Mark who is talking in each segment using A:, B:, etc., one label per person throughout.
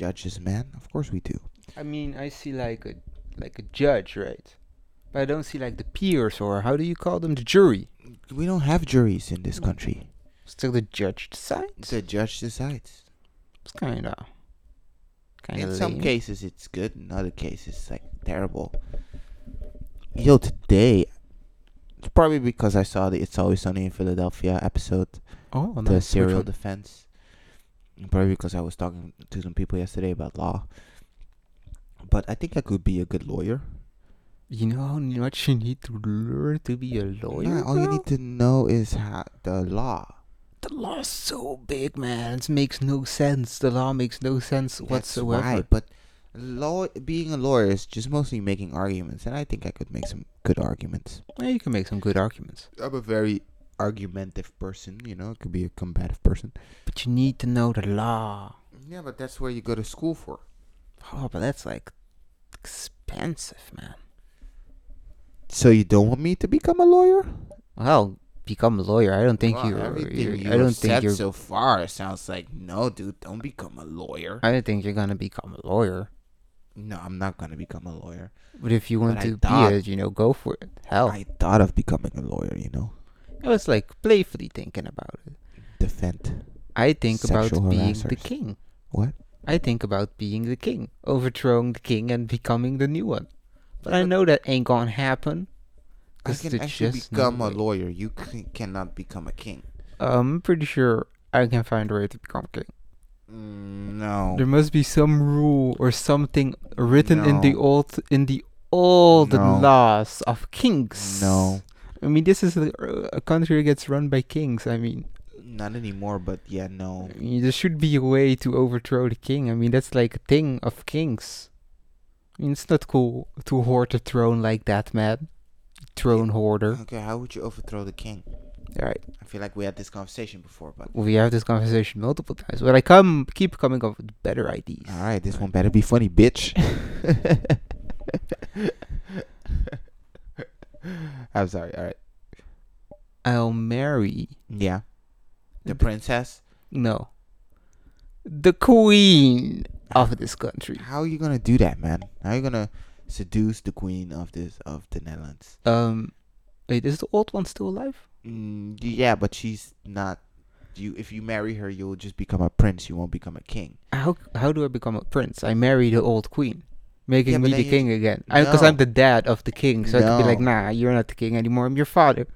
A: judges, man. Of course we do.
B: I mean, I see like a like a judge, right? But I don't see like the peers or how do you call them, the jury.
A: We don't have juries in this country.
B: Still, the judge decides.
A: The judge decides.
B: It's kind of kind
A: In
B: of
A: some cases, it's good. In other cases, it's like terrible. Yo, today, it's probably because I saw the "It's Always Sunny in Philadelphia" episode,
B: Oh, nice.
A: the
B: Which
A: serial
B: one?
A: defense. And Probably because I was talking to some people yesterday about law. But I think I could be a good lawyer.
B: you know how much you need to learn to be a lawyer.
A: Nah, all you need to know is how the law.
B: The law is so big, man. It makes no sense. The law makes no sense
A: That's
B: whatsoever.
A: why, but law, being a lawyer is just mostly making arguments, and I think I could make some good arguments.
B: Yeah, you can make some good arguments,
A: I'm a very argumentative person, you know, I could be a combative person.
B: but you need to know the law.
A: Yeah, but that's where you go to school for.
B: Oh, but that's like expensive, man.
A: So you don't want me to become a lawyer?
B: Well, become a lawyer. I don't think
A: Wow,
B: you're,
A: everything
B: you're.
A: you
B: I don't
A: have
B: think
A: said
B: you're.
A: so far sounds like no, dude. Don't become a lawyer.
B: I don't think you're gonna become a lawyer.
A: no, I'm not gonna become a lawyer.
B: But if you want
A: But I
B: to
A: thought-
B: be it, you know, go for it. Hell, I,
A: I thought of becoming a lawyer. You know,
B: was like playfully thinking about it.
A: defend
B: I think
A: Sexual
B: about being the
A: harassers.
B: king.
A: what?
B: I think about being the king, overthrowing the king and becoming the new one. But I know that ain't gonna happen.
A: I
B: 'cause
A: can
B: there's
A: actually
B: just no
A: become a
B: way.
A: lawyer. You c- cannot become a king.
B: I'm pretty sure I can find a way to become king.
A: Mm, no.
B: There must be some rule or something written in the
A: No.
B: old in the old
A: No.
B: laws of kings.
A: No.
B: I mean this is a, a country that gets run by kings. I mean,
A: Not anymore, but yeah, no.
B: I mean, there should be a way to overthrow the king. I mean, that's like a thing of kings. I mean, it's not cool to hoard the throne like that, man. Throne hoarder.
A: Okay, how would you overthrow the king?
B: All right,
A: I feel like we had this conversation before, but.
B: we have this conversation multiple times, but I come keep coming up with better ideas.
A: Alright, this one better be funny, bitch. I'm sorry, alright.
B: I'll marry
A: Yeah. The
B: The-
A: princess?
B: no, the queen of this country.
A: How are you gonna do that, man? How are you gonna seduce the queen of this of the Netherlands?
B: Um, wait, is the old one still alive?
A: Mm, yeah, but she's not you if you marry her you'll just become a prince, you won't become a king.
B: How how do I become a prince? I marry the old queen, making
A: Yeah, but
B: me
A: then
B: the
A: you-
B: king again. Because I'm
A: No.
B: the dad of the king, so I could be like,
A: No.
B: nah, you're not the king anymore. I'm your father.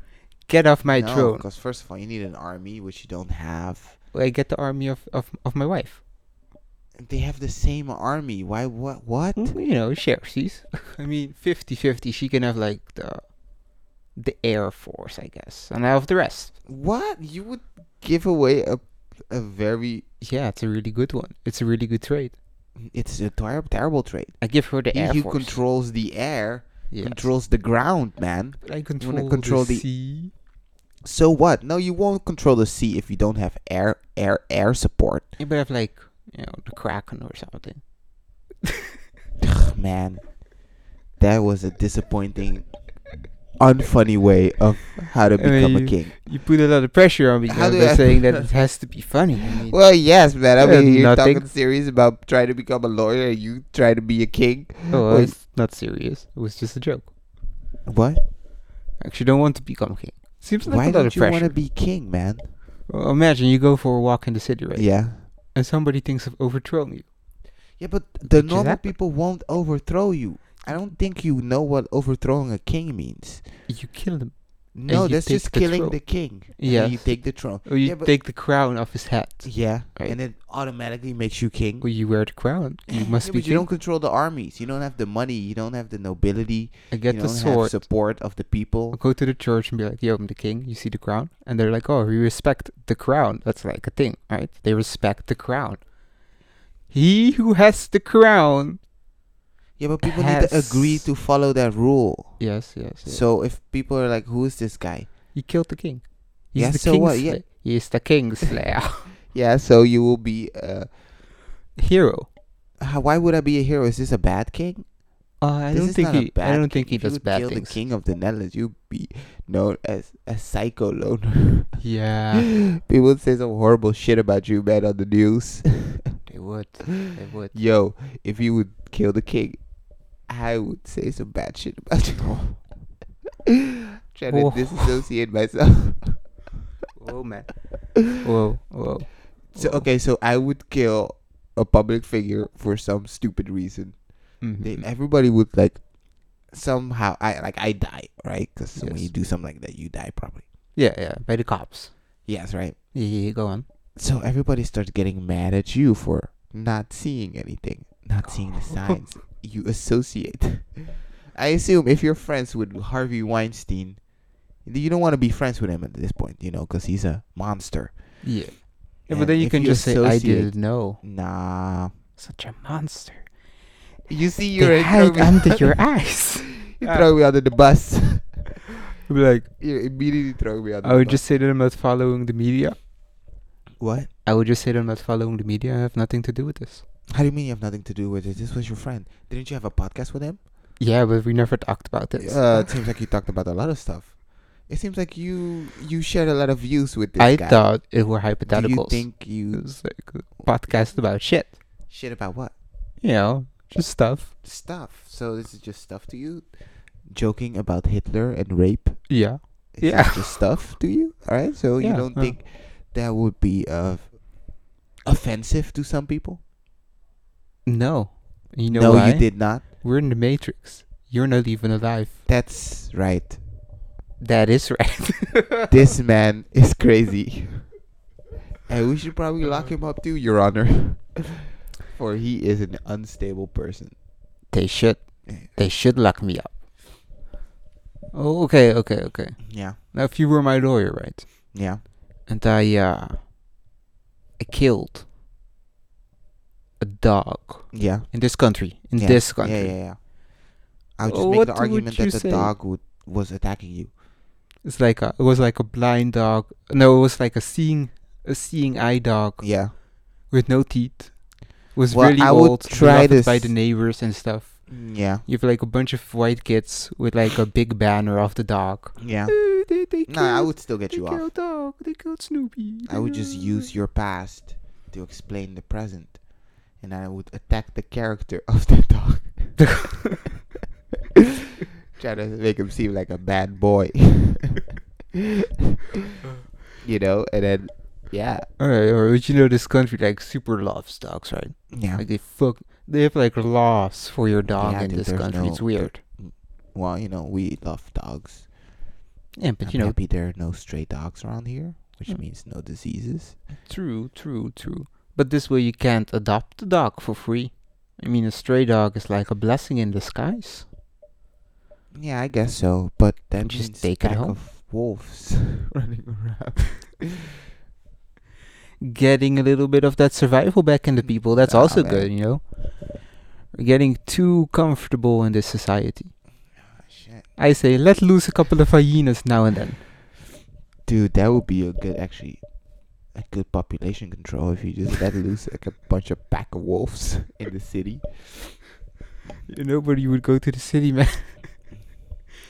B: Get off my throne.
A: Because first of all, you need an army, which you don't have.
B: I get the army of, of, of my wife.
A: They have the same army. Why? What? What?
B: Mm, You know, sharesies. I mean, 50-50. She can have like the the air force, I guess, and I have the rest.
A: What? You would give away a a very
B: Yeah, it's a really good one. It's a really good trade.
A: it's a ter- terrible trade.
B: I give her the
A: He
B: air
A: who
B: force.
A: controls the air
B: yeah.
A: controls the ground, man.
B: But I control,
A: control
B: the,
A: the-
B: sea.
A: So what? No, you won't control the sea if you don't have air air air support,
B: You better have like you know the kraken or something.
A: Ugh, man. That was a disappointing, unfunny way of how to
B: I mean,
A: become a
B: you-
A: king.
B: You put a lot of pressure on me
A: How
B: now
A: do
B: by
A: I-
B: saying that it has to be funny. I mean,
A: Well, yes, man. I
B: Uh,
A: mean, you're
B: nothing.
A: talking serious about trying to become a lawyer. and You try to be a king.
B: oh,
A: Wait,
B: it's not serious. It was just a joke.
A: what?
B: I actually don't want to become king. Seems like
A: Why
B: a lot
A: don't
B: of
A: you want
B: pressure.
A: to be king, man?
B: Well, imagine you go for a walk in the city, right?
A: Yeah.
B: And somebody thinks of overthrowing you.
A: Yeah, but the
B: Just
A: normal
B: happen.
A: people won't overthrow you. I don't think you know what overthrowing a king means.
B: You kill them.
A: No,
B: you
A: that's
B: take
A: just
B: the
A: killing
B: throne.
A: the king. Yeah.
B: Yes.
A: You take the throne.
B: Or you
A: yeah, but-
B: take the crown off his head.
A: Yeah.
B: Right.
A: And it automatically makes you king.
B: Or you wear the crown. You must
A: Yeah,
B: be
A: but you
B: king.
A: don't control the armies. You don't have the money. You don't have the nobility.
B: I get
A: you
B: the
A: don't have
B: sword.
A: support of the people.
B: I'll go to the church and be like, yo, I'm the king. You see the crown? And they're like, oh, we respect the crown. That's like a thing, right? They respect the crown. He who has the crown.
A: Yeah, but people need to agree
B: has-
A: to follow that rule.
B: Yes, yes. yes.
A: So if people are like, "Who is this guy?"
B: He killed the king. He's
A: Yeah,
B: the
A: so
B: king
A: what? Yeah.
B: slayer. He's the king slayer.
A: Yeah, so you will be. Uh,
B: Hero.
A: h- why would I be a hero? Is this a bad king?
B: Uh, I,
A: This
B: don't
A: is
B: think
A: not a
B: he, I
A: king.
B: don't think he
A: If you
B: does
A: would
B: bad
A: kill
B: things.
A: the king of the Netherlands, you'd be known as a psycho loner.
B: Yeah. Ah.
A: people would say some horrible shit about you, man, on the news.
B: they would. They would.
A: Yo, if you would kill the king, I would say some bad shit about you. Trying
B: Oh.
A: to disassociate myself.
B: Whoa, man. Whoa, whoa.
A: So
B: whoa.
A: okay, so I would kill a public figure for some stupid reason. They,
B: Mhm.
A: everybody would like somehow. I like I die right because when
B: Yes.
A: you do something like that, you die probably.
B: Yeah, yeah. By the cops.
A: Yes, right.
B: Yeah, yeah, yeah, go on.
A: So everybody starts getting mad at you for not seeing anything, not seeing the signs you associate. I assume if you're friends with Harvey Weinstein, you don't want to be friends with him at this point, you know, because he's a monster.
B: Yeah.
A: And
B: Yeah, but then you
A: if
B: can just say, I
A: associate-
B: didn't know.
A: Nah.
B: Such a monster.
A: You see,
B: You
A: you're in
B: they
A: trouble.
B: hide under your eyes.
A: You throw me under the bus.
B: I'd be like,
A: you immediately throw me under
B: I
A: the
B: would
A: bus.
B: just say that I'm not following the media.
A: What?
B: I would just say that I'm not following the media. I have nothing to do with this.
A: How do you mean you have nothing to do with it? This was your friend. Didn't you have a podcast with him?
B: Yeah, but we never talked about this.
A: Uh, it seems like you talked about a lot of stuff. It seems like you you shared a lot of views with this
B: I
A: guy.
B: thought it were
A: Do you
B: hypotheticals.
A: think
B: it
A: you
B: was like a podcast about shit.
A: shit about what
B: You know, just stuff.
A: stuff? So this is just stuff to you. Joking about Hitler and rape.
B: Yeah.
A: Is this
B: Yeah.
A: just stuff to you. All right. So you
B: Yeah,
A: don't
B: yeah.
A: think that would be uh, offensive to some people?
B: No. You know
A: no,
B: why?
A: you did not.
B: We're in the Matrix. You're not even alive.
A: That's right.
B: That is right.
A: This man is crazy. And we should probably lock him up too, Your Honor. For he is an unstable person.
B: They should. They should lock me up. Oh, okay, okay, okay.
A: Yeah.
B: Now, if you were my lawyer, right?
A: Yeah.
B: And I, uh, I killed a dog
A: Yeah.
B: in this country. In
A: yeah.
B: this country.
A: Yeah, yeah, yeah. I would just
B: Well,
A: make
B: what
A: the
B: would
A: argument
B: you
A: that the
B: say?
A: dog would, was attacking you.
B: It's like a, it was like a blind dog. No, it was like a seeing a seeing eye dog
A: Yeah.
B: with no teeth. Was
A: Well,
B: really
A: I would
B: old,
A: try
B: beloved by
A: this-
B: the neighbors and stuff.
A: Yeah.
B: You have like a bunch of white kids with like a big banner of the dog.
A: Yeah.
B: Eh, they, they
A: No, I
B: killed-
A: would still get
B: they
A: you off.
B: killed dog. They killed Snoopy.
A: I would just use your past to explain the present. And I would attack the character of the dog. Try to make him seem like a bad boy. you know, and then yeah.
B: Alright, alright, but you know this country like super loves dogs, right?
A: Yeah.
B: Like they fuck, they have like laws for your dog
A: Yeah,
B: in
A: dude,
B: this
A: there's
B: country.
A: no-
B: it's weird.
A: Well, you know, we love dogs.
B: Yeah, but
A: I'm
B: you know,
A: happy there are no stray dogs around here, which
B: Mm.
A: means no diseases.
B: True, true, true. But this way you can't adopt a dog for free. I mean, a stray dog is like a blessing in disguise.
A: Yeah, I guess so. But that
B: Just
A: means
B: take it
A: pack
B: home.
A: of wolves running around.
B: Getting a little bit of that survival back in the people, that's
A: Nah,
B: also
A: man.
B: good, you know? We're getting too comfortable in this society. Ah,
A: Shit.
B: I say, let loose a couple of hyenas now and then.
A: Dude, that would be a good actually a good population control if you just let loose like a bunch of pack of wolves in the city.
B: You Nobody would go to the city, man.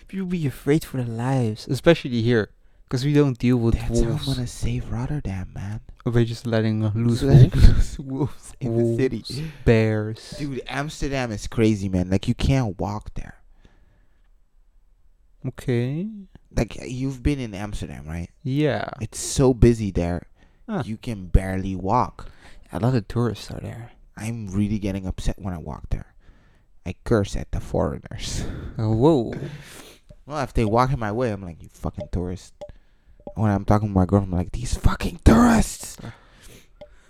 B: People be afraid for their lives, especially here, because we don't deal with
A: That's how I'm
B: wolves.
A: gonna save Rotterdam, man.
B: We're just letting loose
A: Let
B: wolves,
A: loose wolves in the city.
B: wolves, bears.
A: Dude, Amsterdam is crazy, man. Like you can't walk there.
B: Okay.
A: Like you've been in Amsterdam, right?
B: Yeah.
A: It's so busy there.
B: Huh.
A: You can barely walk.
B: A lot of tourists are there.
A: I'm really getting upset when I walk there. I curse at the foreigners.
B: Uh, whoa.
A: well, if they walk in my way, I'm like, you fucking tourist. When I'm talking to my girlfriend, I'm like, these fucking tourists.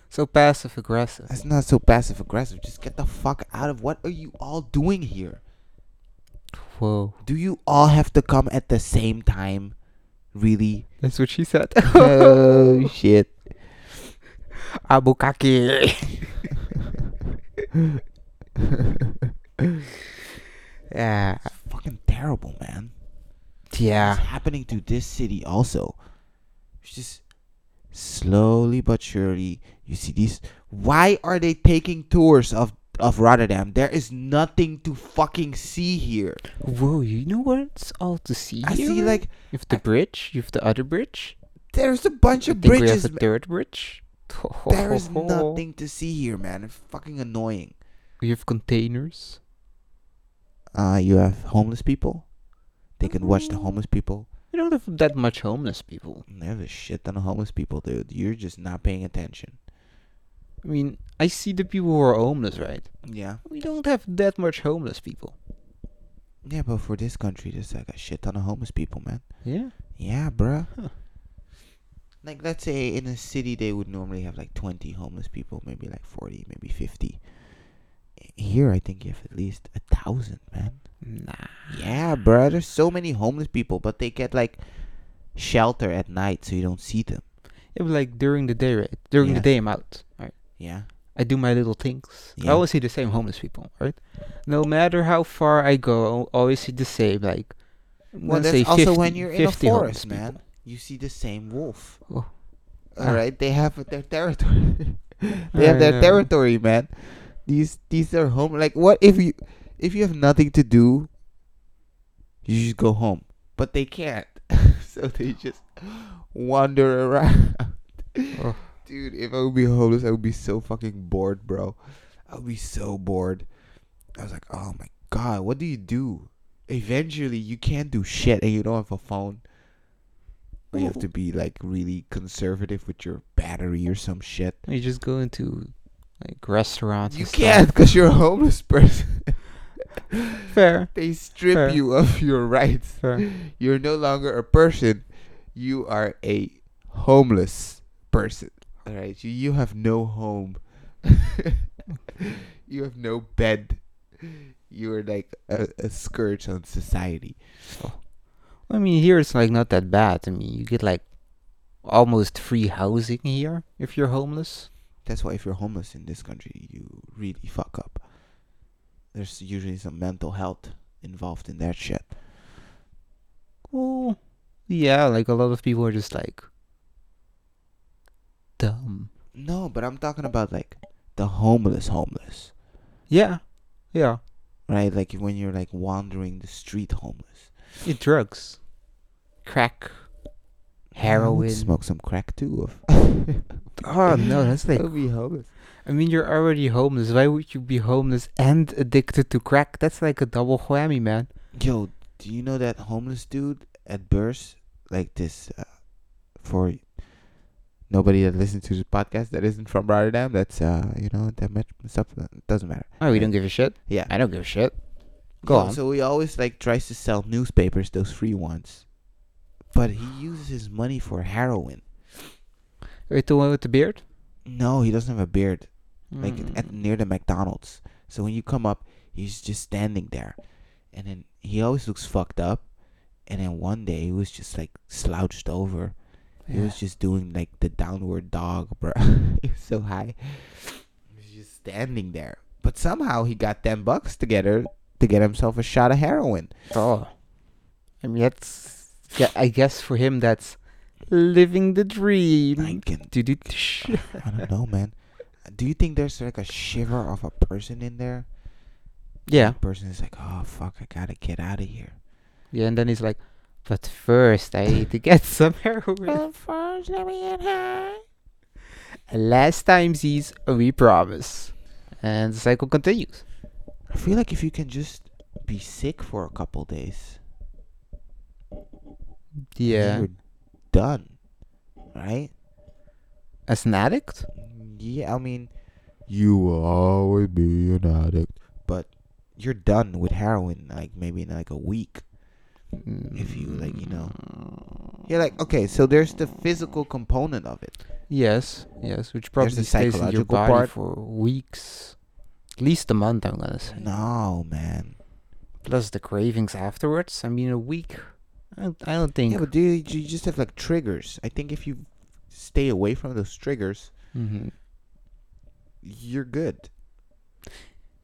B: So passive aggressive.
A: That's not so passive aggressive. Just get the fuck out of what are you all doing here?
B: Whoa.
A: Do you all have to come at the same time? Really?
B: That's what she said.
A: oh shit.
B: Abukaki. yeah.
A: Fucking terrible, man.
B: Yeah.
A: It's happening to this city also. It's just slowly but surely you see these why are they taking tours of of Rotterdam? There is nothing to fucking see here.
B: Whoa, you know what's all to see
A: I
B: here?
A: see like
B: You have the bridge, you have the other bridge.
A: there's a bunch
B: I
A: of
B: think we have Oh,
A: bridges.
B: the third bridge.
A: There is nothing to see here, man. It's fucking annoying.
B: We have containers.
A: Uh, you have homeless people. They can watch the homeless people.
B: We don't have that much homeless people.
A: There's a shit ton of homeless people, dude. You're just not paying attention.
B: I mean, I see the people who are homeless, right?
A: Yeah.
B: We don't have that much homeless people.
A: Yeah, but for this country, there's like a shit ton of homeless people, man.
B: Yeah.
A: Yeah, bruh.
B: Huh.
A: Like, let's say in a city, they would normally have like 20 homeless people, maybe like 40, maybe 50. Here, I think you have at least a thousand, man.
B: Nah.
A: Yeah, bruh. There's so many homeless people, but they get like shelter at night so you don't see them.
B: It was like during the day, right? During the
A: Yes.
B: day, I'm out. Right.
A: Yeah.
B: I do my little things. I
A: Yeah.
B: always see the same homeless people, right? No matter how far I go, I always see the same. Like,
A: Well,
B: let's
A: that's
B: say
A: also
B: 50
A: when you're in a
B: 50 homeless
A: forest,
B: people.
A: man. You see the same wolf.
B: Oh.
A: All right, they have their territory. they
B: I
A: have their
B: know.
A: territory, man. These these are home. Like, what if you if you have nothing to do? You just go home, but they can't, so they just wander around.
B: Oh.
A: Dude, if I would be homeless, I would be so fucking bored, bro. I would be so bored. I was like, oh my god, what do you do? Eventually, you can't do shit, and you don't have a phone. Or you have to be like really conservative with your battery or some shit.
B: You just go into like restaurants.
A: You
B: and
A: can't
B: stuff.
A: because you're a homeless person.
B: Fair.
A: they strip
B: Fair.
A: you of your rights.
B: Fair.
A: You're no longer a person. You are a homeless person. All right. You, you have no home. you have no bed. You are like a, a scourge on society.
B: I mean, here it's like not that bad. I mean, you get like almost free housing here if you're homeless.
A: That's why if you're homeless in this country, you really fuck up. There's usually some mental health involved in that shit.
B: Well, yeah, like a lot of people are just like dumb.
A: No, but I'm talking about like the homeless, homeless,
B: Yeah, yeah.
A: right? Like when you're like wandering the street homeless.
B: Yeah, drugs, crack,
A: I would
B: heroin.
A: smoke some crack too. Of
B: Oh no, that's like.
A: I'll be homeless.
B: I mean, you're already homeless. Why would you be homeless and addicted to crack? That's like a double whammy, man.
A: Yo, do you know that homeless dude at Burst? Like this, uh, for nobody that listens to this podcast that isn't from Rotterdam. That's uh, you know, that much stuff uh, doesn't matter.
B: Oh, we don't give a shit.
A: Yeah,
B: I don't give a shit. Go
A: Yo,
B: on.
A: So he always like tries to sell newspapers, those free ones, but he uses his money for heroin.
B: Wait, the one with the beard?
A: No, he doesn't have a beard. like
B: Mm.
A: at near the McDonald's. So when you come up, he's just standing there, and then he always looks fucked up. And then one day he was just like slouched over. He
B: Yeah.
A: was just doing like the downward dog, bro. he was so high. He was just standing there. But somehow he got ten bucks together to get himself a shot of heroin.
B: Oh. I mean, that's. Yeah, I guess for him, that's living the
A: I
B: dream.
A: can,
B: Du-du-tsh.
A: I don't know, man. Do you think there's like a shiver of a person in there?
B: Yeah.
A: That person is like, oh fuck, I gotta get out of here.
B: Yeah, and then he's like, but first I need to get some heroin.
A: Unfortunately, it high.
B: And Last time sees, we promise. And the cycle continues.
A: I feel like if you can just be sick for a couple days,
B: Yeah.
A: you're done, right?
B: As an addict?
A: Yeah, I mean, you will always be an addict, but you're done with heroin like maybe in like a week if you like you know.
B: Mm.
A: You're like okay, so there's the physical component of it.
B: Yes, yes, which probably
A: the
B: stays in your
A: psychological
B: body
A: part.
B: for weeks. At least a month, I'm gonna say.
A: No, man.
B: Plus the cravings afterwards. I mean, a week. I, don't- I don't think.
A: Yeah, but do you, you just have like triggers? I think if you stay away from those triggers,
B: Mhm.
A: you're good.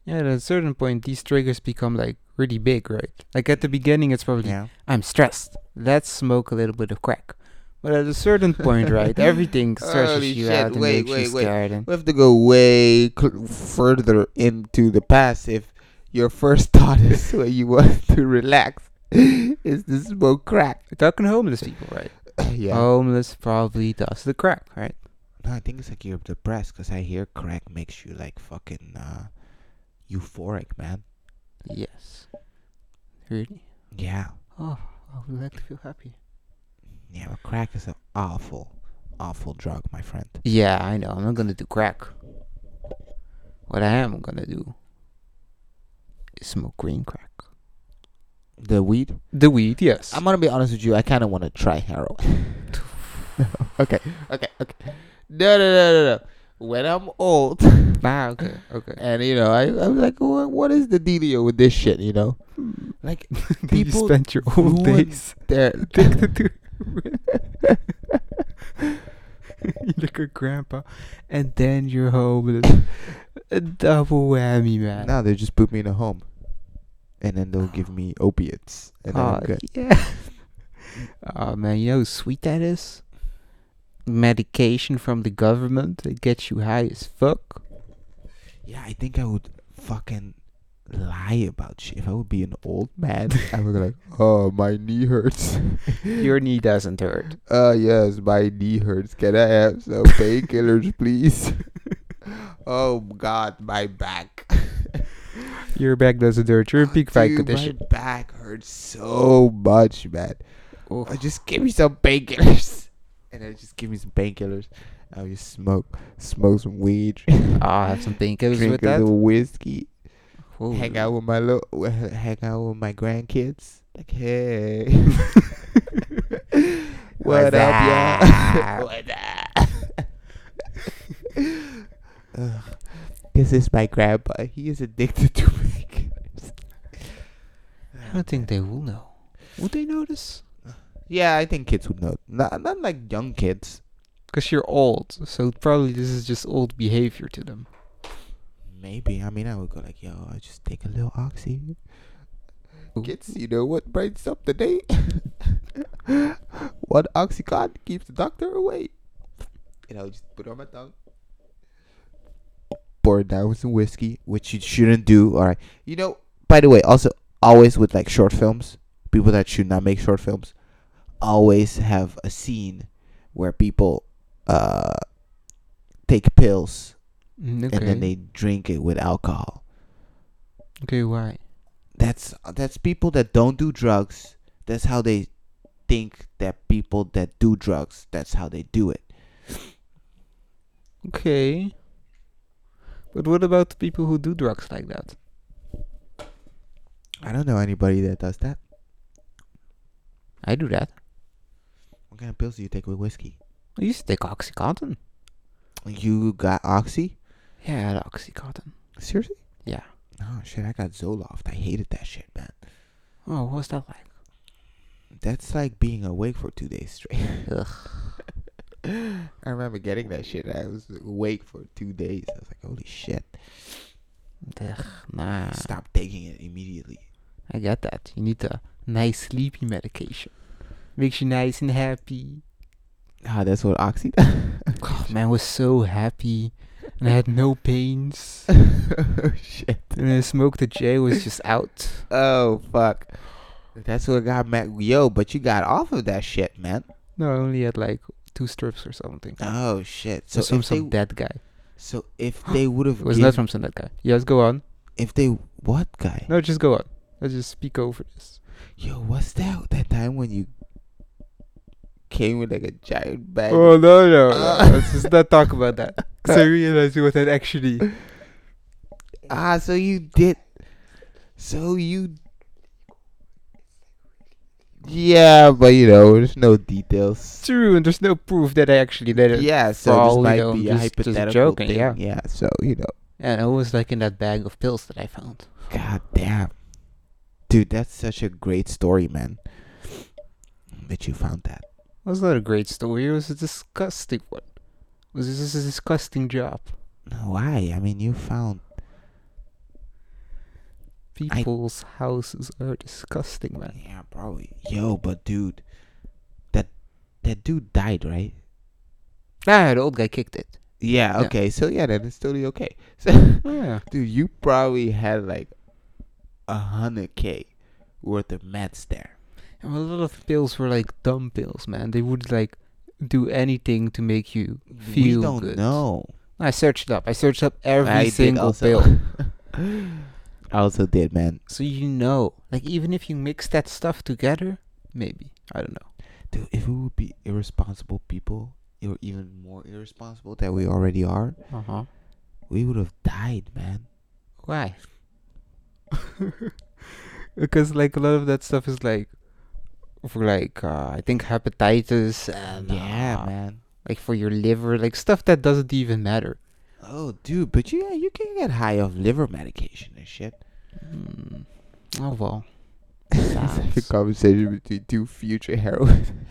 B: Yeah, at a certain point, these triggers become like really big, right? Like at the beginning, it's probably I'm stressed. Let's smoke a little bit of crack. But at a certain point, right, everything stresses
A: Holy
B: you
A: shit,
B: out and
A: wait,
B: makes
A: wait,
B: you
A: wait.
B: scared. And
A: We have to go way cl- further into the past if your first thought is when you want to relax is to smoke crack.
B: we're talking homeless people, right?
A: yeah.
B: Homeless probably does the crack, right?
A: No, I think it's like you're depressed because I hear crack makes you like fucking uh, euphoric, man.
B: Yes. Really?
A: Yeah.
B: Oh, I would like to feel happy.
A: Yeah, but crack is an awful, awful drug, my friend.
B: Yeah, I know. I'm not gonna do crack. What I am gonna do is smoke green crack.
A: The weed?
B: The weed, yes.
A: I'm gonna be honest with you, I kinda wanna try heroin. okay, okay, okay. No, no, no, no, no. When I'm old,
B: ah, okay, okay.
A: and you know, I, I'm like, what, what is the dealio with this shit, you know?
B: Hmm.
A: Like,
B: you
A: people
B: spent your old
A: ruined
B: days
A: their,
B: addicted to you look at grandpa, and then you're homeless. A double whammy, man.
A: No, they just put me in a home, and then they'll give me opiates, and then
B: oh,
A: I'm good.
B: yeah. oh man, you know how sweet that is. Medication from the government that gets you high as fuck.
A: Yeah, I think I would fucking lie about shit. If I would be an old man, I would be like, oh, my knee hurts.
B: Your knee doesn't hurt.
A: Uh, yes, my knee hurts. Can I have some painkillers, please? oh God, my back.
B: Your back doesn't hurt. You're in peak fight
A: Ah, Dude,
B: condition.
A: My back hurts so much, man.
B: Oh,
A: Uh, just give me some painkillers. And then just give me some painkillers. I'll just smoke, smoke some weed,
B: I'll Ah, have some painkillers with
A: drink a
B: that.
A: little whiskey,
B: Whoa.
A: hang out with my little, hang out with my grandkids. Like, hey, what
B: What's
A: up, y'all?
B: up?
A: what up? Ugh. This is my grandpa. He is addicted to painkillers.
B: I don't think they will know. Would they notice?
A: Yeah, I think kids would know. Not, not like young kids.
B: Because you're old, so probably this is just old behavior to them.
A: Maybe. I mean, I would go like, yo, I just take a little oxy.
B: Ooh.
A: Kids, you know what brightens up the day? One oxycontin keeps the doctor away. And I'll just put it on my tongue. Pour it down with some whiskey, which you shouldn't do. All right. You know, by the way, also always with like short films, people that should not make short films, always have a scene where people uh, take pills
B: Mm, Okay.
A: and then they drink it with alcohol.
B: okay, why?
A: That's that's people that don't do drugs. That's how they think that people that do drugs. That's how they do it.
B: Okay. But what about the people who do drugs like that?
A: I don't know anybody that does that.
B: I do that.
A: What kind of pills do you take with whiskey?
B: I used to take Oxycontin.
A: You got oxy?
B: Yeah, I had Oxycontin.
A: Seriously?
B: Yeah.
A: Oh shit! I got Zoloft. I hated that shit, man.
B: Oh, what's that like?
A: That's like being awake for two days straight.
B: Ugh.
A: I remember getting that shit. I was awake for two days. I was like, holy shit!
B: Ugh, nah.
A: Stop taking it immediately.
B: I get that. You need a nice sleepy medication. Makes you nice and happy.
A: Ah, that's what oxy does.
B: Oh, man, I was so happy. And I had no pains.
A: oh shit.
B: And I smoked the J was just out.
A: Oh fuck. That's what got Matt. Yo, but you got off of that shit, man.
B: No, I only had like two strips or something.
A: Oh shit. So
B: Ah, So some
A: if they,
B: some dead guy.
A: so if they would have
B: It was not from some dead guy. Yes, go on.
A: if they what guy?
B: No, just go on. Let's just speak over this.
A: Yo, what's that that time when you came with like a giant bag?
B: Oh no no!
A: Uh.
B: no. Let's just not talk about that. 'Cause I realized what that actually.
A: Ah, so you did. So you. Yeah, but you know, there's no details.
B: True, and there's no proof that I actually did it.
A: Yeah,
B: For
A: so this
B: all we
A: might
B: know,
A: be a
B: just- just
A: hypothetical
B: joking,
A: thing.
B: yeah.
A: yeah, so you know.
B: And I was like in that bag of pills that I found.
A: God damn. Dude, that's such a great story, man. That you found that.
B: was not a great story. It was a disgusting one. It was just a disgusting job.
A: Why? I mean, you found.
B: People's houses are disgusting, man.
A: Yeah, probably. Yo, but dude, that that dude died, right?
B: Ah, the old guy kicked it.
A: Yeah.
B: Yeah.
A: Okay. So yeah, then it's totally okay. So,
B: Yeah.
A: dude, you probably had like a hundred k worth of meds there.
B: And a lot of pills were like dumb pills, man. They would like do anything to make you
A: we
B: feel
A: don't
B: good.
A: know.
B: I searched it up. I searched up every
A: I did
B: single
A: also.
B: pill.
A: I also did, man.
B: So you know, like even if you mix that stuff together, maybe I don't know.
A: Dude, if we would be irresponsible people, or even more irresponsible than we already are,
B: Uh huh.
A: we would have died, man.
B: Why? because like a lot of that stuff is like for like uh, I think hepatitis and
A: yeah,
B: uh,
A: man.
B: like for your liver, like stuff that doesn't even matter.
A: Oh, dude, but yeah, you can get high off liver medication and shit.
B: Mm. Oh well.
A: It's a conversation between two future heroin.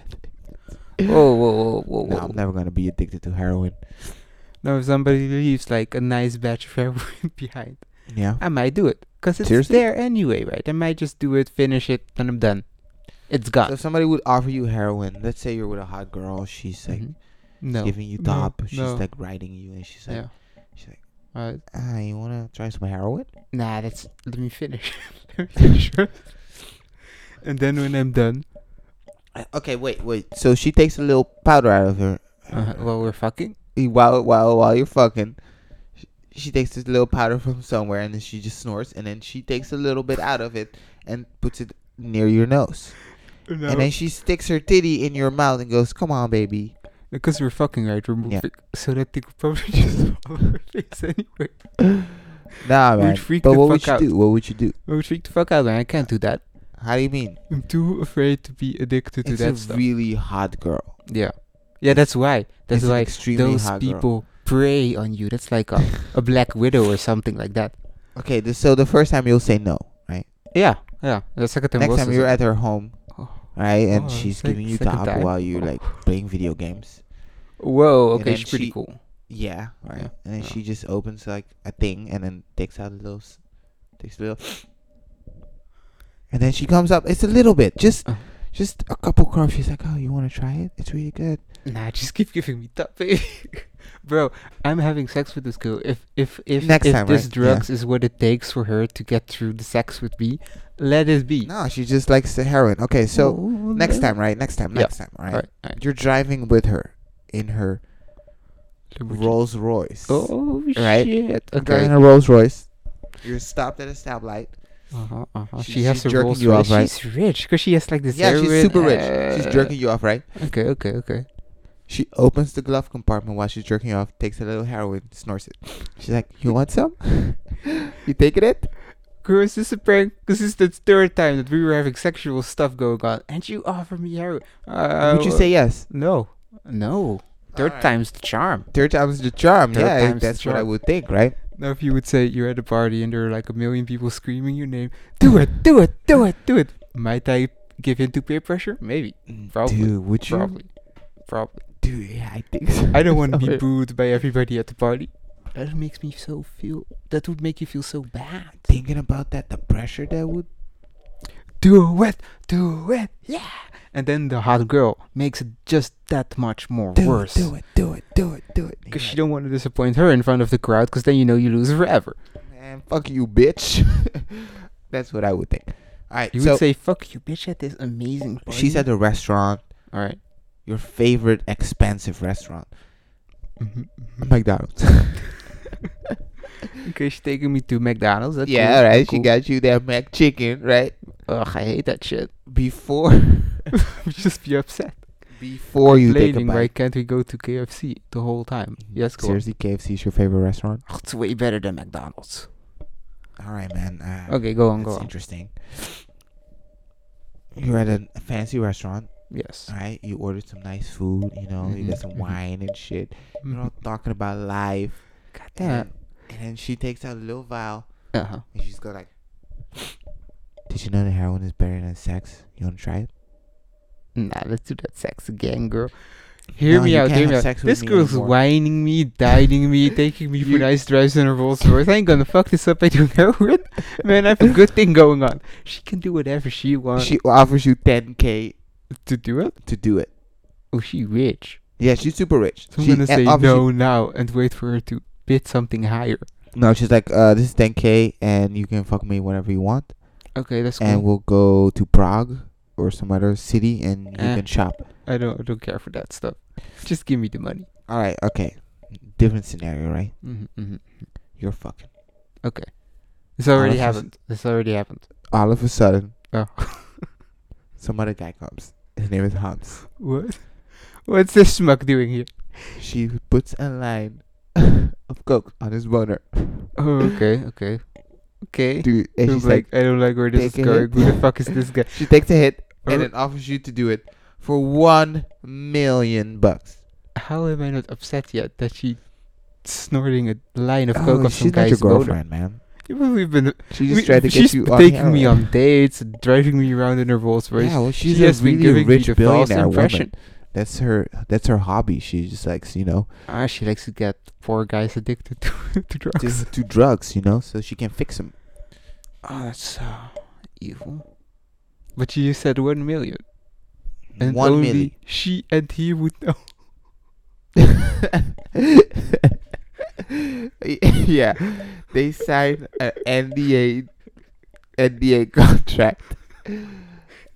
B: Whoa, whoa, whoa, whoa,
A: No,
B: whoa.
A: I'm never gonna be addicted to heroin.
B: Now, if somebody leaves like a nice batch of heroin behind,
A: Yeah.
B: I might do it because it's
A: Seriously?
B: there anyway, right? I might just do it, finish it, then I'm done. It's
A: So
B: gone.
A: if somebody would offer you heroin, let's say you're with a hot girl, she's like
B: Mhm. No.
A: giving you
B: No,
A: top, she's
B: no.
A: like riding you, and she's like,
B: yeah.
A: she's like,
B: Uh,
A: ah, you wanna try some heroin?
B: nah, that's. Let me finish. let me finish. and then when I'm done,
A: Uh, Okay, wait, wait. So she takes a little powder out of her. e,
B: uh, well, we're fucking.
A: while while while you're fucking, she, she takes this little powder from somewhere, and then she just snorts, and then she takes a little bit out of it and puts it near your nose,
B: No.
A: and then she sticks her titty in your mouth and goes, "Come on, baby."
B: because we're fucking, right? We're
A: Yeah.
B: moving. So that thing would probably just fall on her face anyway.
A: Nah,
B: We'd
A: man.
B: freak
A: But
B: the
A: what would
B: fuck
A: you
B: out.
A: do? What would you do?
B: I would freak the fuck out, man. I can't do that.
A: How do you mean?
B: I'm too afraid to be addicted to
A: it's
B: that
A: a
B: stuff.
A: really hot girl.
B: Yeah. Yeah, that's why. That's
A: It's an
B: why
A: extremely
B: those
A: hot girl.
B: people prey on you. That's like a, a black widow or something like that.
A: Okay, th- so the first time you'll say no, right?
B: Yeah, yeah. The second time
A: Next
B: was
A: time
B: the
A: you're
B: sec-
A: at her home,
B: Oh.
A: right, and
B: Oh,
A: she's
B: sec-
A: giving you
B: second
A: top
B: time.
A: while you're like playing video games.
B: Whoa,
A: and then
B: okay, she's pretty
A: she-
B: cool.
A: Yeah, right.
B: Yeah,
A: And then
B: yeah.
A: she just opens like a thing and then takes out a little, s- takes a little, and then she comes up. It's a little bit, just,
B: Oh.
A: just a couple crumbs. She's like, "Oh, you want to try it? It's really good."
B: Nah, just keep giving me top, baby. Bro, I'm having sex with this girl. If if if
A: Next
B: if
A: time,
B: this
A: right? Yeah.
B: drugs is what it takes for her to get through the sex with me, let it be. Oh,
A: No, she just likes the heroin. Okay, so next time, right? Next time,
B: Yeah.
A: next time, right?
B: All right, all right.
A: You're driving with her in her
B: Lamborghini.
A: Rolls Royce.
B: Oh
A: Right?
B: shit!
A: Okay.
B: Okay.
A: in a Rolls Royce. You're stopped at a stoplight.
B: Uh-huh, uh-huh.
A: She-
B: She, has
A: she's
B: to
A: jerking
B: roll
A: you off, right?
B: She's rich because she has like this.
A: yeah, she's
B: heroin,
A: super rich. She's
B: uh,
A: jerking you off, right?
B: Okay, okay, okay.
A: She opens the glove compartment while she's jerking you off, takes a little heroin, snorts it. She's like, "You want some? you taking it?"
B: Girl, is this a prank? This is the third time that we were having sexual stuff going on, and you offer me heroin. Uh,
A: Would you say yes?
B: no? No. Third
A: Alright.
B: time's the charm.
A: Third time's the charm.
B: Third
A: yeah,
B: time's the
A: that's what I
B: charm.
A: would think, right?
B: Now, if you would say you're at a party and there are like a million people screaming your name, do it, do it, do it, do it. Might I give in to peer pressure? Maybe. Probably,
A: Dude, would you?
B: Probably. Probably.
A: Dude, yeah, I think so.
B: I don't want to be
A: Sorry.
B: booed by everybody at the party. That makes me so feel. That would make you feel so bad.
A: Thinking about that, the pressure that would.
B: do it, do it, yeah. And then the hot girl makes it just that much more
A: Do
B: worse.
A: it, do it, do it, do it, do it.
B: Because
A: You're
B: you don't want to disappoint her in front of the crowd, because then you know you lose forever.
A: like, man, fuck you, bitch. that's what I would think. All right,
B: You
A: so
B: would say, "Fuck you, bitch!" At this amazing. Party.
A: she's at a restaurant,
B: All right.
A: your favorite expensive restaurant,
B: Mhm, mhm.
A: McDonald's.
B: okay, she's taking me to McDonald's. That's
A: yeah,
B: cool,
A: right. She
B: cool.
A: got you that mac chicken, right?
B: Ugh, I hate that shit.
A: Before,
B: Just be upset.
A: before you take a
B: Complaining,
A: bite.
B: Why can't we go to KFC the whole time? Yes, go. on.
A: Seriously, KFC is your favorite restaurant?
B: Ugh, It's way better than McDonald's.
A: All right, man. Uh,
B: Okay, go on,
A: that's
B: go on.
A: interesting. You're at a fancy restaurant,
B: Yes.
A: all right? You ordered some nice food, you know, you got
B: Mhm,
A: some
B: mhm.
A: wine and shit. You're all
B: Mhm.
A: talking about life.
B: God
A: And,
B: damn.
A: and then she takes out a little vial
B: Uh huh.
A: and she's go like, Did you know that heroin is better than sex? You want to try it?
B: Nah, let's do that sex again, girl. Hear
A: No,
B: me
A: you
B: out,
A: can't
B: hear
A: have
B: me out.
A: sex with
B: this
A: me
B: girl's
A: anymore.
B: whining me, dining me, taking me
A: You-
B: for nice drives in her Rolls Royce. I ain't gonna fuck this up by doing heroin. Man, I have a good thing going on. She can do whatever she wants
A: She offers you 10K
B: to do it.
A: to do it.
B: Oh, she rich.
A: Yeah, she's super rich.
B: So I'm
A: She-
B: gonna
A: and
B: say
A: obviously-
B: no now and wait for her to bid something higher.
A: No, she's like, uh, this is 10k, and you can fuck me whenever you want,
B: Okay, that's
A: and
B: cool.
A: we'll go to Prague, or some other city and you
B: Eh.
A: can shop.
B: I don't I don't care for that stuff. Just give me the money.
A: All right, okay. Different scenario, right?
B: Mm-hmm, mm-hmm.
A: You're fucking.
B: Okay. This already
A: that's just-
B: happened. This already happened.
A: All of a sudden,
B: Oh.
A: some other guy comes. His name is Hans.
B: What? What's this schmuck doing here?
A: She puts a line of coke on his boner.
B: Oh, okay, okay, okay.
A: Dude, and
B: I'm
A: she's like,
B: like, I don't like where this is
A: "Take a
B: going.
A: hit."
B: Who the fuck is this guy?
A: she takes a hit
B: Oh.
A: and then offers you to do it for one million bucks.
B: How am I not upset yet that she snorting a line of coke
A: Oh,
B: off some
A: she's not your
B: guy's boner?
A: girlfriend, man.
B: Yeah, but We've been
A: She just
B: we-
A: tried to
B: she's
A: get you on
B: taking me
A: heroin.
B: on dates, driving me around in her Rolls Royce.
A: Yeah, well, she's
B: she
A: a
B: has been
A: really
B: giving me
A: rich
B: the false
A: billionaire woman.
B: impression.
A: That's her. That's her hobby. She just likes, you know,
B: Ah, she likes to get poor guys addicted to, to
A: to,
B: drugs.
A: to drugs. You know, so she can fix them.
B: Oh, that's so evil. But you said one million, and
A: one
B: only
A: million.
B: she and he would know.
A: yeah, they signed an NDA NDA contract.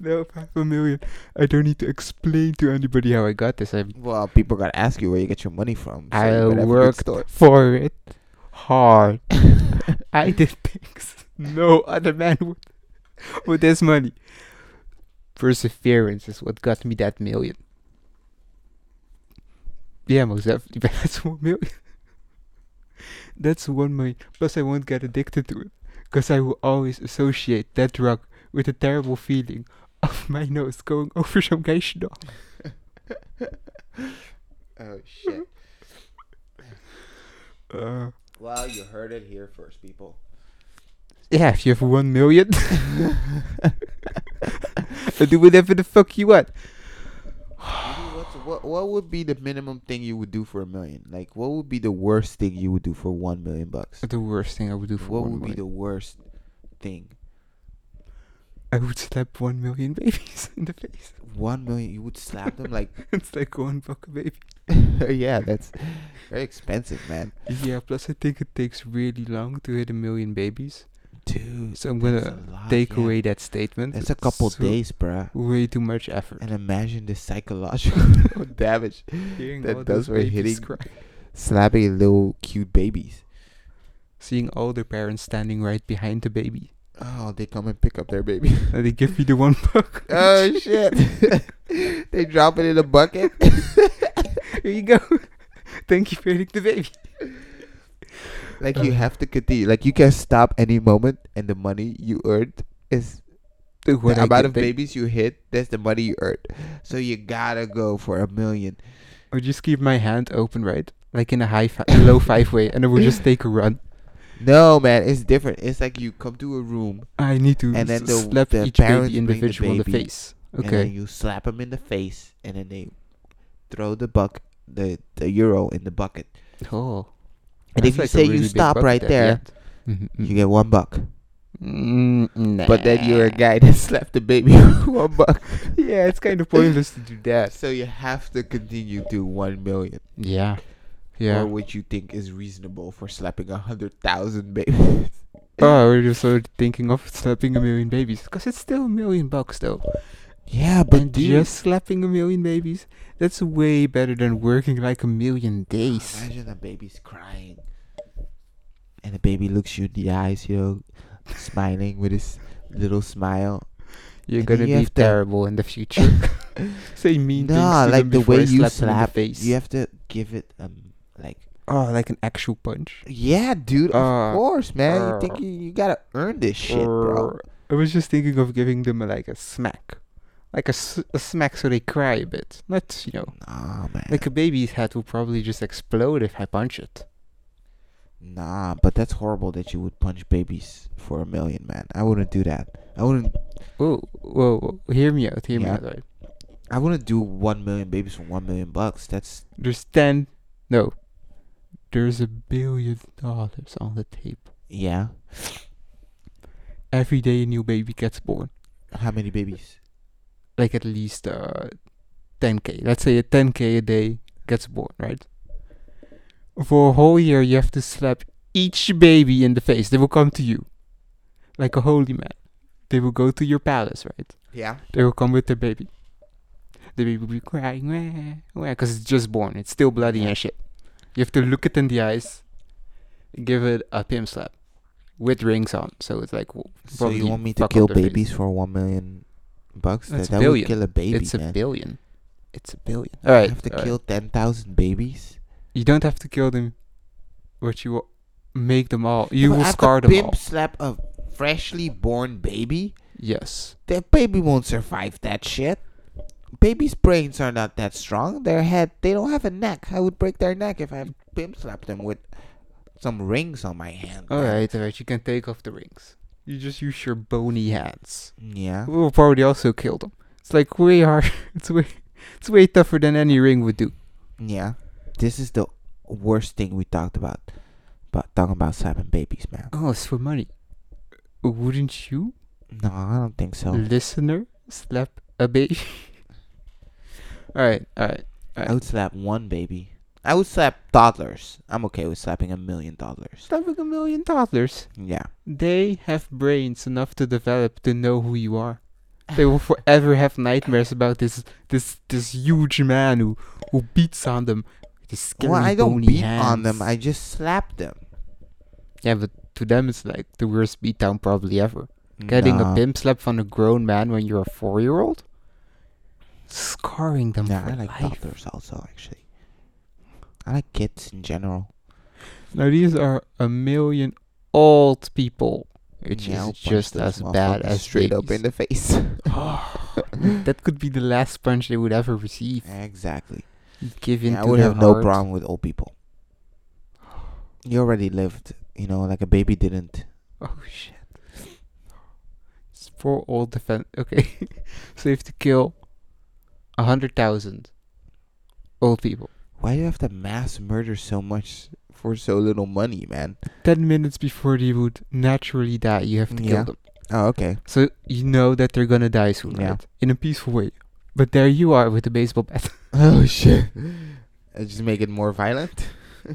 B: No, half a million. I don't need to explain to anybody how I got this. I
A: Well, people gotta ask you where you get your money from. so you
B: I
A: better have a good
B: worked
A: story.
B: for it hard. I did things no other man would with this money. Perseverance is what got me that million. Yeah, most definitely. But that's one million. That's one million. Plus, I won't get addicted to it because I will always associate that drug with the terrible feeling of my nose going over some guy's dog.
A: Oh shit!
B: Uh,
A: Well, you heard it here first, people.
B: yeah, if you have one million, do whatever the fuck you want.
A: Maybe What's, what what would be the minimum thing you would do for a million? Like, what would be the worst thing you would do for one million bucks?
B: The worst thing I would do for
A: What
B: one
A: would be
B: million-
A: the worst thing?
B: I would slap one million babies in the face.
A: One million, you would slap them like,
B: it's like one buck a baby.
A: yeah, that's very expensive, man.
B: Yeah, plus I think it takes really long to hit a million babies.
A: Dude,
B: So I'm
A: that's
B: gonna
A: a lot,
B: Take
A: yeah.
B: away that statement.
A: That's a couple
B: So,
A: days, bruh.
B: Way too much effort.
A: And imagine the psychological damage
B: Hearing
A: that
B: all
A: those
B: those
A: were
B: babies
A: hitting-
B: cry.
A: slapping little cute babies.
B: Seeing all the parents standing right behind the baby.
A: Oh, they come and pick up their baby.
B: And they give me the one buck.
A: oh shit! they drop it in a bucket.
B: Here you go. Thank you for hitting the baby.
A: Like
B: Uh-huh.
A: you have to continue. Like you can stop any moment, and the money you earned is
B: The, what
A: the
B: I
A: amount of
B: get back.
A: babies you hit. That's the money you earned. So you gotta go for a million.
B: I would just keep my hand open, right? Like in a high fi- a low five way, and I would just take a run.
A: No, man, it's different. It's like you come to a room
B: I need to
A: And then
B: s-
A: the-
B: slap
A: the
B: each
A: parents bring
B: baby
A: the
B: individual in
A: baby,
B: the face.
A: and then
B: Okay.
A: you slap them in the face, and then they throw the buck, the the euro in the bucket.
B: Oh.
A: And if you say you stop right there,
B: Mm-hmm.
A: you
B: Hmm.
A: get one buck. But then you're a guy that slapped the baby one buck.
B: Yeah, it's kind of pointless to do that.
A: So you have to continue to one million,
B: Yeah. Yeah.
A: or what you think is reasonable for slapping a hundred thousand babies.
B: oh, I was sort of thinking of slapping a million babies. Because it's still a million bucks, though.
A: Yeah,
B: But just slapping a million babies, that's way better than working like a million days.
A: Imagine a baby's crying, and the baby looks you in the eyes, you know, smiling with his little smile.
B: You're
A: And then
B: gonna
A: you
B: be
A: have to-
B: terrible in the future. Say mean
A: Nah,
B: things to
A: like
B: them
A: the
B: before I
A: way you
B: slap them in
A: slap,
B: the face.
A: you have to give it um like.
B: Oh, like an actual punch.
A: Yeah, dude.
B: Uh,
A: of course, man. you
B: uh,
A: think you, you gotta earn this shit, bro?
B: Or- I was just thinking of giving them like a smack, like a, s- a smack so they cry a bit. Not you know,
A: Nah, man.
B: like a baby's head will probably just explode if I punch it.
A: Nah, but that's horrible that you would punch babies for a million, man. I wouldn't do that. I wouldn't.
B: Oh, whoa, whoa, hear me out, hear me
A: Yeah.
B: out. Right?
A: I wouldn't do one million babies for one million bucks. That's
B: There's ten, no, there's a billion dollars on the table.
A: yeah.
B: Every day a new baby gets born.
A: How many babies?
B: like at least uh 10k let's say a 10k a day gets born right for a whole year you have to slap each baby in the face they will come to you like a holy man they will go to your palace right
A: Yeah.
B: They will come with the baby. The baby will be crying, because it's just born. It's still bloody and shit. You have to look it in the eyes, give it a pimp slap with rings on. So it's like, w-
A: So
B: probably
A: you want me to
B: fuck up
A: kill
B: their face.
A: babies for one million bucks?
B: That's
A: that
B: a
A: that would
B: billion.
A: kill a baby,
B: It's
A: man.
B: a billion. It's a billion. All right.
A: You have to
B: all right.
A: kill ten thousand babies.
B: You don't have to kill them, but you will make them all.
A: Yeah,
B: You
A: but
B: will
A: I have to
B: scar them
A: pimp
B: all.
A: slap a freshly born baby.
B: Yes.
A: That baby won't survive that shit. Babies' brains are not that strong. Their head, they don't have a neck. I would break their neck if I pimp slapped them with some rings on my hand.
B: All
A: man.
B: right. All right. You can take off the rings. You just use your bony hands.
A: Yeah.
B: We will probably also kill them. It's like way hard. It's way. It's way tougher than any ring would do.
A: Yeah. This is the worst thing we talked about. But talking about slapping babies, man.
B: Oh, it's for money. Wouldn't you,
A: No, I don't think so.
B: listener, slap a baby? all right. All right.
A: I would slap one baby. I would slap toddlers. I'm okay with slapping a million toddlers.
B: Slapping a million toddlers.
A: Yeah.
B: They have brains enough to develop to know who you are. They will forever have nightmares about this this this huge man who, who beats on them. With his scary
A: Well, I don't
B: bony
A: beat on them.
B: hands.
A: I just slap them.
B: yeah, but to them it's like the worst beatdown probably ever. Getting
A: Nah.
B: a pimp slap from a grown man when you're a four year old, scarring them
A: Yeah,
B: for
A: I like
B: life.
A: toddlers also actually. I like kids in general.
B: Now these are a million old people, which
A: Yeah, I'll punch
B: is just
A: those
B: as
A: motherfuckers
B: bad as
A: straight up in the face.
B: that could be the last punch they would ever receive.
A: exactly.
B: Give in
A: Yeah, I
B: to
A: would
B: their
A: have no
B: heart.
A: problem with old people. You already lived, you know, like a baby didn't.
B: Oh shit. It's for all defense. Okay, so you have to kill a hundred thousand old people.
A: Why do you have to mass murder so much for so little money, man?
B: Ten minutes before they would naturally die, you have to
A: Yeah.
B: kill them.
A: Oh, okay.
B: So you know that they're gonna die soon,
A: Yeah.
B: right? In a peaceful way. But there you are with a baseball bat.
A: Oh shit! I just make it more violent.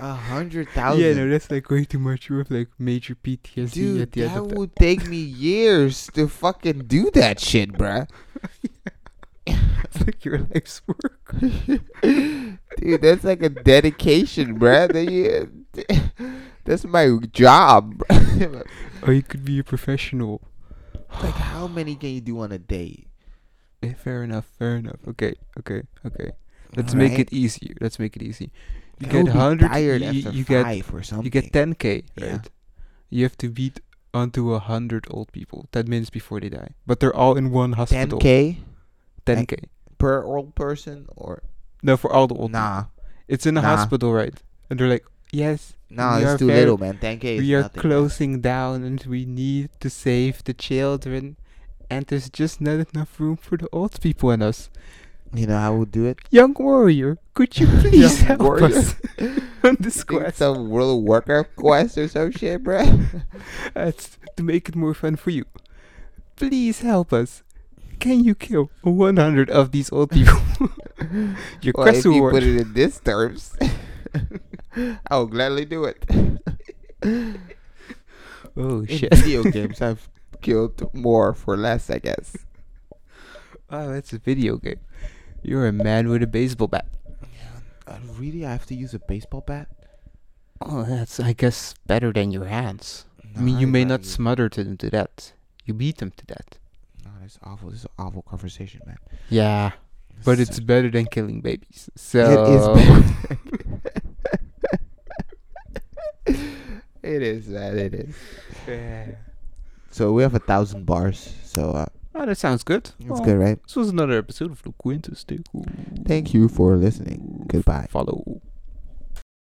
A: A hundred thousand.
B: yeah, no, that's like way too much. You have like major PTSD at
A: Dude,
B: the end
A: that
B: of that.
A: would take me years to fucking do that shit, bruh.
B: It's like your life's work.
A: Dude, that's like a dedication, bruh. That you- that's my job. bruh.
B: Or you could be a professional.
A: like, how many can you do on a day?
B: Eh, fair enough. Fair enough. Okay. Okay. Okay. Let's make it easier. Let's make it easy. You
A: I
B: get
A: would be
B: 100.
A: tired
B: you,
A: after
B: you get
A: five or something.
B: you get 10k.
A: Yeah.
B: Right. You have to beat onto a hundred old people 10 minutes before they die, but they're all in one hospital.
A: 10k
B: 10k.
A: per old person, or
B: No, for all the old. people.
A: nah,
B: It's in a
A: Nah.
B: hospital, right? And they're like, yes,
A: nah,
B: We
A: it's
B: are
A: too
B: very-
A: little, man. 10k is
B: we are
A: nothing, man.
B: closing down, and we need to save the children, and there's just not enough room for the old people and us.
A: You know how we'll do it?
B: Young warrior, could you please
A: Young
B: help
A: warrior.
B: us on this
A: Think
B: quest?
A: Some World of Warcraft quest or some shit, bruh.
B: Uh, it's to make it more fun for you. Please help us. Can you kill 100 of these old people? Your
A: Well,
B: quest
A: if you
B: reward.
A: put it in this terms, I will gladly do it.
B: oh
A: In
B: shit!
A: video games, I've killed more for less, I guess.
B: wow, Oh, that's a video game. You're a man with a baseball bat.
A: Uh, really, I have to use a baseball bat?
B: Oh, that's I guess better than your hands. I mean, you may not smother to them to death. You beat them to death.
A: No, that's awful. This is an awful conversation, man.
B: Yeah, but
A: This
B: it's better than killing babies.
A: is-
B: So
A: It is. it is, man. It is.
B: Yeah.
A: So we have a thousand bars. So uh,
B: Oh, that sounds good.
A: it's
B: Well,
A: good, right?
B: This was another episode of the Quintus Thank
A: Thank you for listening. Goodbye.
B: Follow.